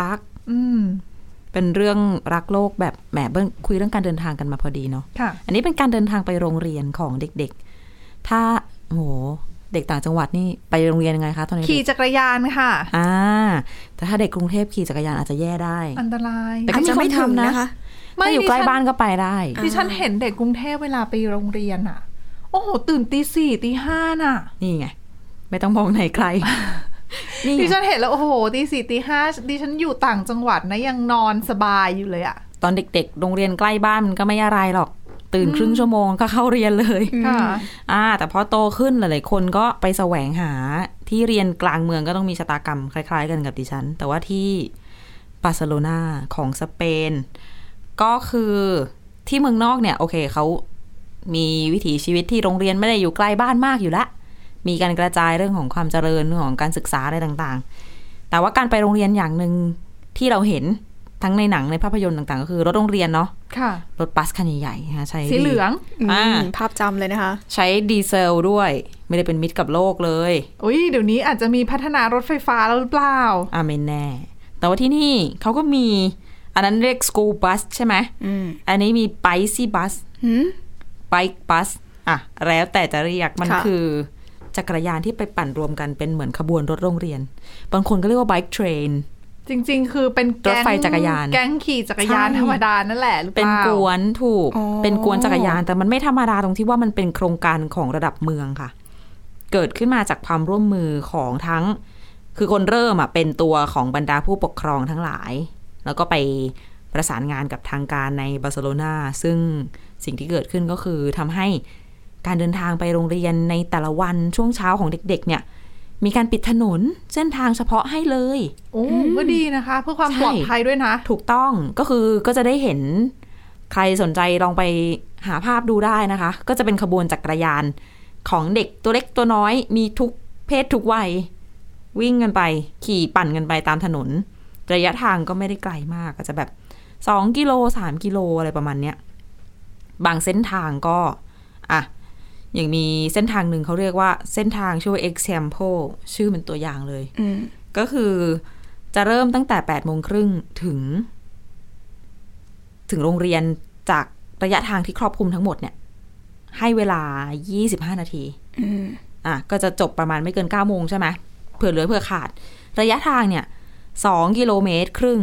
Speaker 3: รัก
Speaker 2: อืม
Speaker 3: เป็นเรื่องรักโลกแบบแหมเบิ้งคุยเรื่องการเดินทางกันมาพอดีเนาะ
Speaker 2: ค่ะ
Speaker 3: อันนี้เป็นการเดินทางไปโรงเรียนของเด็กๆ ถ้าโหเด็กต่างจังหวัดนี่ไปโรงเรียนยังไงคะตอนนี้
Speaker 2: ขี่จักรยานค่ะ
Speaker 3: อ่า แต่ถ้าเด็กกรุงเทพขี่จักรยานอาจจะแย่ได้
Speaker 2: อันตราย
Speaker 3: แต่ ก็จะไม่ทำนะ
Speaker 4: อาจจ
Speaker 3: ถ้าอยู่ใกล้บ้านก็ไปได้
Speaker 4: อ่า
Speaker 2: ดิฉันเห็นเด็กกรุงเทพเวลาไปโรงเรียนอะโอ้โห ตื่นตีสี่ตีห้าน่ะ
Speaker 3: นี่ไง ไม่ต้องมองไหน ไกล นี่
Speaker 2: ดิ
Speaker 3: ไง
Speaker 2: ฉันเห็นแล้ว โอ้โหตีสี่ตีห้าดิฉันอยู่ต่างจังหวัดนะยังนอนสบายอยู่เลยอะ
Speaker 3: ตอนเด็กๆ โรงเรียนใกล้บ้านมันก็ไม่อะไรหรอก ตื่นครึ่งชั่วโมงก็เข้าเรียนเลย
Speaker 2: ค่ะ
Speaker 3: อ่า แต่พอโตขึ้นหลายๆ คนก็ไปแสวงหาที่เรียนกลางเมืองก็ต้องมีชะตากรรมคล้าย ๆ กันกับดิฉัน แต่ว่าที่บาร์เซโลนาของสเปน ก็คือที่เมืองนอกเนี่ย โอเคเขามีวิถีชีวิตที่โรงเรียนไม่ได้อยู่ใกล้บ้านมากอยู่ละ มีการกระจายเรื่องของความเจริญเรื่องของการศึกษาอะไรต่างๆ แต่ว่าการไปโรงเรียนอย่างหนึ่งที่เราเห็นทั้งในหนังในภาพยนตร์ต่างๆ ก็คือรถโรงเรียนเนาะ
Speaker 2: ค่ะ
Speaker 3: รถบัสคันใหญ่ๆนะคะใช้
Speaker 2: สีเหลือง
Speaker 4: อืม
Speaker 3: อ่า
Speaker 4: ภาพจำเลยนะคะ
Speaker 3: ใช้ดีเซลด้วย ไม่ได้เป็นมิตรกับโลกเลย
Speaker 2: อุ้ยเดี๋ยวนี้อาจจะมีพัฒนารถไฟฟ้าแล้วหรือเปล่า
Speaker 3: อาเมนแน่ แต่ว่าที่นี่เขาก็มี อันนั้นเรียกสกู l บัสใช่ไหม
Speaker 4: อืม
Speaker 3: อันนี้มีไปซี่บัส
Speaker 4: หืม
Speaker 3: ไปบัสอ่ะ แล้วแต่จะเรียกมัน
Speaker 4: ค่ะ
Speaker 3: คือ จักรยานที่ไปปั่นรวมกันเป็นเหมือนขบวนรถโรงเรียน บางคนก็เรียกว่า bike train
Speaker 2: จริง ๆ คือเป็นแก๊ง
Speaker 3: รถไฟจักรยาน
Speaker 2: แก๊งขี่จักรยาน
Speaker 3: ใช่
Speaker 2: ธรรมดานั่นแหละหรือเป
Speaker 3: เป็น
Speaker 2: ล่าก
Speaker 3: วนถูก
Speaker 4: อ๋อ
Speaker 3: เป็นกวนจักรยาน แต่มันไม่ธรรมดาตรงที่ว่ามันเป็นโครงการของระดับเมืองค่ะ เกิดขึ้นมาจากความร่วมมือของทั้ง คือคนเริ่มอ่ะเป็นตัวของบรรดาผู้ปกครองทั้งหลาย แล้วก็ไปประสานงานกับทางการในบาร์เซโลนาซึ่งสิ่งที่เกิดขึ้นก็คือทำให้การเดินทางไปโรงเรียนในแต่ละวันช่วงเช้าของเด็ก ๆ เนี่ย มีการปิดถนนเส้นทางเฉพาะให้เลย
Speaker 2: โอ้ก็ดีนะคะ เพื่อความ
Speaker 3: ใช่
Speaker 2: ปลอดภัยด้วยนะ
Speaker 3: ถูกต้องก็คือก็จะได้เห็นใครสนใจลองไปหาภาพดูได้นะคะ ก็จะเป็นขบวนจักรยานของเด็กตัวเล็กตัวน้อย มีทุกเพศทุกวัย วิ่งกันไป ขี่ปั่นกันไปตามถนน ระยะทางก็ไม่ได้ไกลมากอาจจะแบบสองกิโลสามกิโลอะไรประมาณเนี้ยบางเส้นทางก็อ่ะอย่างมีเส้นทางหนึ่งเขาเรียกว่าเส้นทางชื่อว่า example ชื่อเป็นตัวอย่างเลย
Speaker 4: อืม
Speaker 3: ก็คือจะเริ่มตั้งแต่8ปดโมงครึ่งถึง ถึงโรงเรียนจากระยะทางที่ครอบคลุมทั้งหมดเนี่ย ให้เวลา 25 นาที
Speaker 4: อืม
Speaker 3: อ่ะ ก็จะจบประมาณไม่เกิน 9 โมงใช่ไหมเผื่อเหลือเผื่อขาด ระยะทางเนี่ย 2 กิโลเมตรครึ่ง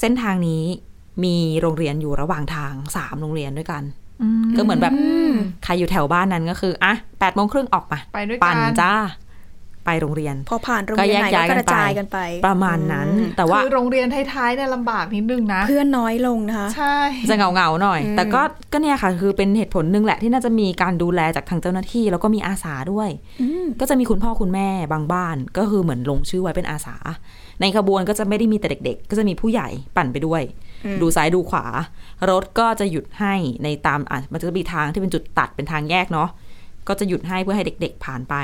Speaker 3: เส้นทางนี้มีโรงเรียนอยู่ระหว่างทาง 3 โรงเรียนด้วยกัน
Speaker 2: อืม
Speaker 3: ก็เหมือนแบบ ใครอยู่แถวบ้านนั้นก็คือ อ่ะ8โมงครึ่งออกมา
Speaker 2: ไปด้วย
Speaker 3: ปั่น
Speaker 2: กัน
Speaker 3: จ้า ไปโรงเรียน
Speaker 4: พอผ่านโรงเรียนไหน
Speaker 3: ก็แยกย้าย
Speaker 4: ก็ก
Speaker 3: กัน
Speaker 4: ระจาย
Speaker 3: ไป
Speaker 4: กันไป
Speaker 3: ประมาณนั้น
Speaker 4: อืม
Speaker 3: แต่ว่า
Speaker 2: คือโรงเรียนท้ายๆเนี่ยลำบากนิดนึงนะ
Speaker 4: เพื่อนน้อยลงนะคะ
Speaker 2: ใช่
Speaker 3: จะเงาเงาๆหน่อย
Speaker 4: อืม
Speaker 3: แต่ก็ก็เนี่ยค่ะ คือเป็นเหตุผลหนึ่งแหละที่น่าจะมีการดูแลจากทางเจ้าหน้าที่ แล้วก็มีอาสาด้วย
Speaker 4: อืม
Speaker 3: ก็จะมีคุณพ่อคุณแม่บางบ้าน ก็คือเหมือนลงชื่อไว้เป็นอาสา ในขบวนก็จะไม่ได้มีแต่เด็ก ๆ ก็จะมีผู้ใหญ่ปั่นไปด้วย ดูซ้ายดูขวา รถก็จะหยุดให้ในตามอ่ะมันจะมีทางที่เป็นจุดตัดเป็นทางแยกเนาะก็จะหยุดให้เพื่อให้เด็ก ๆ ผ่านไป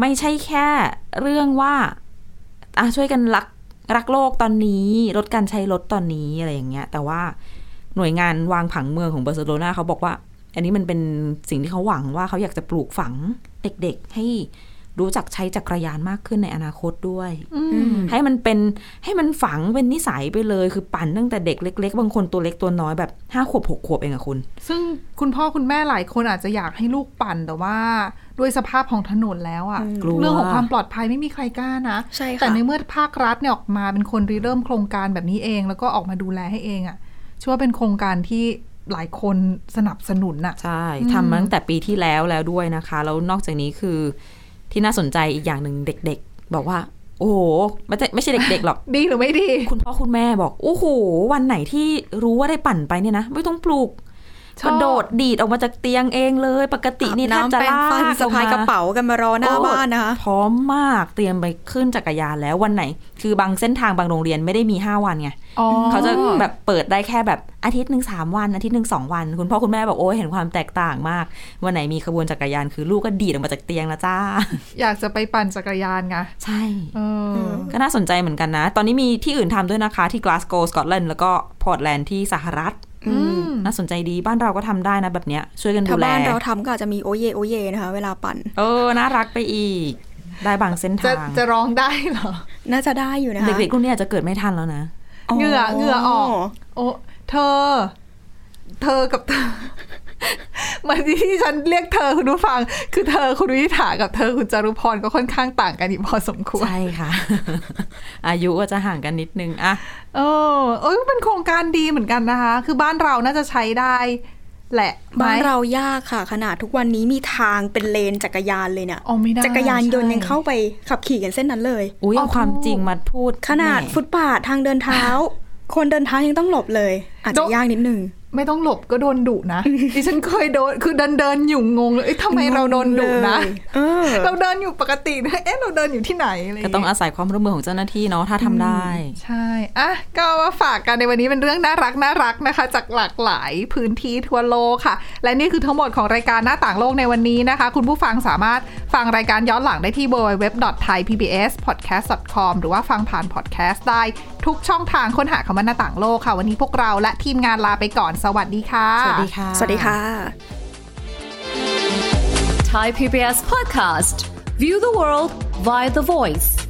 Speaker 3: ไม่ใช่แค่เรื่องว่าอ่ะช่วยกันรักรักโลกตอนนี้ลดการใช้รถตอนนี้อะไรอย่างเงี้ย แต่ว่าหน่วยงานวางผังเมืองของบาร์เซโลนาเขาบอกว่า อันนี้มันเป็นสิ่งที่เขาหวังว่าเขาอยากจะปลูกฝังเด็กๆ ให้รู้จักใช้จักรยานมากขึ้นในอนาคตด้วย
Speaker 2: อื
Speaker 4: อื
Speaker 2: ม
Speaker 4: ม
Speaker 3: ให้มันเป็นให้มันฝังเป็นนิสัยไปเลย คือปั่นตั้งแต่เด็กเล็กๆ บางคนตัวเล็กตัวน้อยแบบห้าขวบหกขวบเองอะคุณ
Speaker 2: ซึ่งคุณพ่อคุณแม่หลายคนอาจจะอยากให้ลูกปั่นแต่ว่า ด้วยสภาพของถนนแล้วอะ
Speaker 3: กลัว
Speaker 2: เรื่องของความปลอดภัยไม่มีใครกล้านะ
Speaker 4: ใช่
Speaker 2: แต่
Speaker 4: ค่ะ
Speaker 2: ในเมื่อภาครัฐเนี่ยออกมาเป็นคนริเริ่มโครงการแบบนี้เอง แล้วก็ออกมาดูแลให้เองอะ่ะชื่อว่าเป็นโครงการที่หลายคนสนับสนุนน่ะ
Speaker 3: ใช่
Speaker 2: อืม
Speaker 3: ทำมาตั้งแต่ปีที่แล้วแล้วด้วยนะคะ แล้วนอกจากนี้คือที่น่าสนใจอีกอย่างหนึ่งเด็กๆ บอกว่า โอ้โหไม่ใช่ไม่ใช่เด็กๆหรอก
Speaker 2: ดีหรือไม่ดี
Speaker 3: คุณพ่อคุณแม่บอก โอ้โห วันไหนที่รู้ว่าได้ปั่นไปเนี่ยนะ ไม่ต้องปลูก
Speaker 2: ช
Speaker 3: ก
Speaker 2: อบ
Speaker 3: ระโดดดีดออกมาจากเตียงเองเลย ปกตินี่แทบ
Speaker 4: น้ำ
Speaker 3: จะ
Speaker 4: แปรง
Speaker 3: ลา
Speaker 4: ฟัน
Speaker 3: ก
Speaker 4: สะพายกระ
Speaker 3: ลงม
Speaker 4: เป๋ากันมารอหน้า
Speaker 3: โอ้
Speaker 4: บ้านนะคะ
Speaker 3: พร้อมมากเตรียมไปขึ้นจักรยานแล้ววันไหน คือบางเส้นทางบางโรงเรียนไม่ได้มี 5 วันไง
Speaker 2: อ๋อ
Speaker 3: เขาจะแบบเปิดได้แค่แบบอาทิตย์หนึ่งสามวันอาทิตย์หนึ่งสองวัน คุณพ่อคุณแม่บอกโอ้ยเห็นความแตกต่างมาก วันไหนมีขบวนจักรยานคือลูกก็ดีดออกมาจากเตียงแล้วจ้า
Speaker 2: อยากจะไปปั่นจักรยานไง
Speaker 3: ใช่
Speaker 2: เอออ
Speaker 3: ก็น่าสนใจเหมือนกันนะ ตอนนี้มีที่อื่นทำด้วยนะคะที่กลาสโกสกอตแลนด์แล้วก็พอร์ตแลนด์ที่สหรัฐ
Speaker 2: อืม
Speaker 3: น่าสนใจดีบ้านเราก็ทำได้นะแบบเนี้ยช่วยกันดู
Speaker 4: ถ้า
Speaker 3: แล
Speaker 4: บ้านเราทำก็อาจจะมีโอเยโอเยนะคะ เวลาปั่น
Speaker 3: เออ น่ารักไปอีก ได้บางเส้น
Speaker 2: จะ
Speaker 3: ทาง
Speaker 2: จะร้องได้เหรอ
Speaker 4: น่าจะได้อยู่นะคะ
Speaker 3: เด็กๆรุ่นนี้อาจจะเกิดไม่ทันแล้วนะ
Speaker 2: เหงื่อเหงื่อออก โอ้เธอ เธอกับเธอ มาที่ฉันเรียกเธอคุณผู้ฟัง คือเธอคุณวิถากับเธอคุณจารุพรก็ค่อนข้างต่างกันอีกพอสมควร
Speaker 3: ใช่ค่ะ อายุก็จะห่างกันนิดนึงอะ
Speaker 2: เออเอ้ยเป็นโครงการดีเหมือนกันนะคะ คือบ้านเราน่าจะใช้ได้ แหละไหม
Speaker 4: บ้านเรายากค่ะ ขนาดทุกวันนี้มีทางเป็นเลนจักรยานเลยเนี่ย
Speaker 2: อ๋อไม่ได้
Speaker 4: จักรยานยนต์ยัง
Speaker 2: ใช่
Speaker 4: เข้าไปขับขี่กันเส้นนั้นเลย
Speaker 3: อุ้ย
Speaker 2: เอา
Speaker 3: เอาความ
Speaker 2: ถูก
Speaker 3: จริงมาพูด
Speaker 4: ขนาด
Speaker 3: แหม่
Speaker 4: ฟุตบาททางเดินเท้า คนเดินเท้ายังต้องหลบเลย อาจจะยากนิดนึง
Speaker 2: ไม่ต้องหลบก็โดนดุนะ ดิฉันเคยโดนคือเดินเดินๆอยู่งงเลยเอ้ยทำไมเราโดนดุนะ
Speaker 4: เออ
Speaker 2: เราเดินอยู่ปกตินะเอ๊ะเราเดินอยู่ที่ไหนอะไรย่า
Speaker 3: ก็
Speaker 2: เย
Speaker 3: ต้องอาศัยความร่วมมือของเจ้าหน้าที่เนาะถ้าทำได้
Speaker 2: ใช่ อ่ะ ก็เอามาฝากกันในวันนี้เป็นเรื่องน่ารักน่ารักนะคะ จากหลากหลายพื้นที่ทั่วโลกค่ะ และนี่คือทั้งหมดของรายการหน้าต่างโลกในวันนี้นะคะ คุณผู้ฟังสามารถฟังรายการย้อนหลังได้ที่ www.thaipbspodcast.com หรือว่าฟังผ่านพอดแคสต์ได้ทุกช่องทางค้นหาคำว่าหน้าต่างโลกค่ะ วันนี้พวกเราและทีมงานลาไปก่อน สวัสดีค่ะ
Speaker 3: สวัสดีค่ะ
Speaker 4: สวัสดีค่ะ
Speaker 5: Thai PBS podcast. View the world via the voice.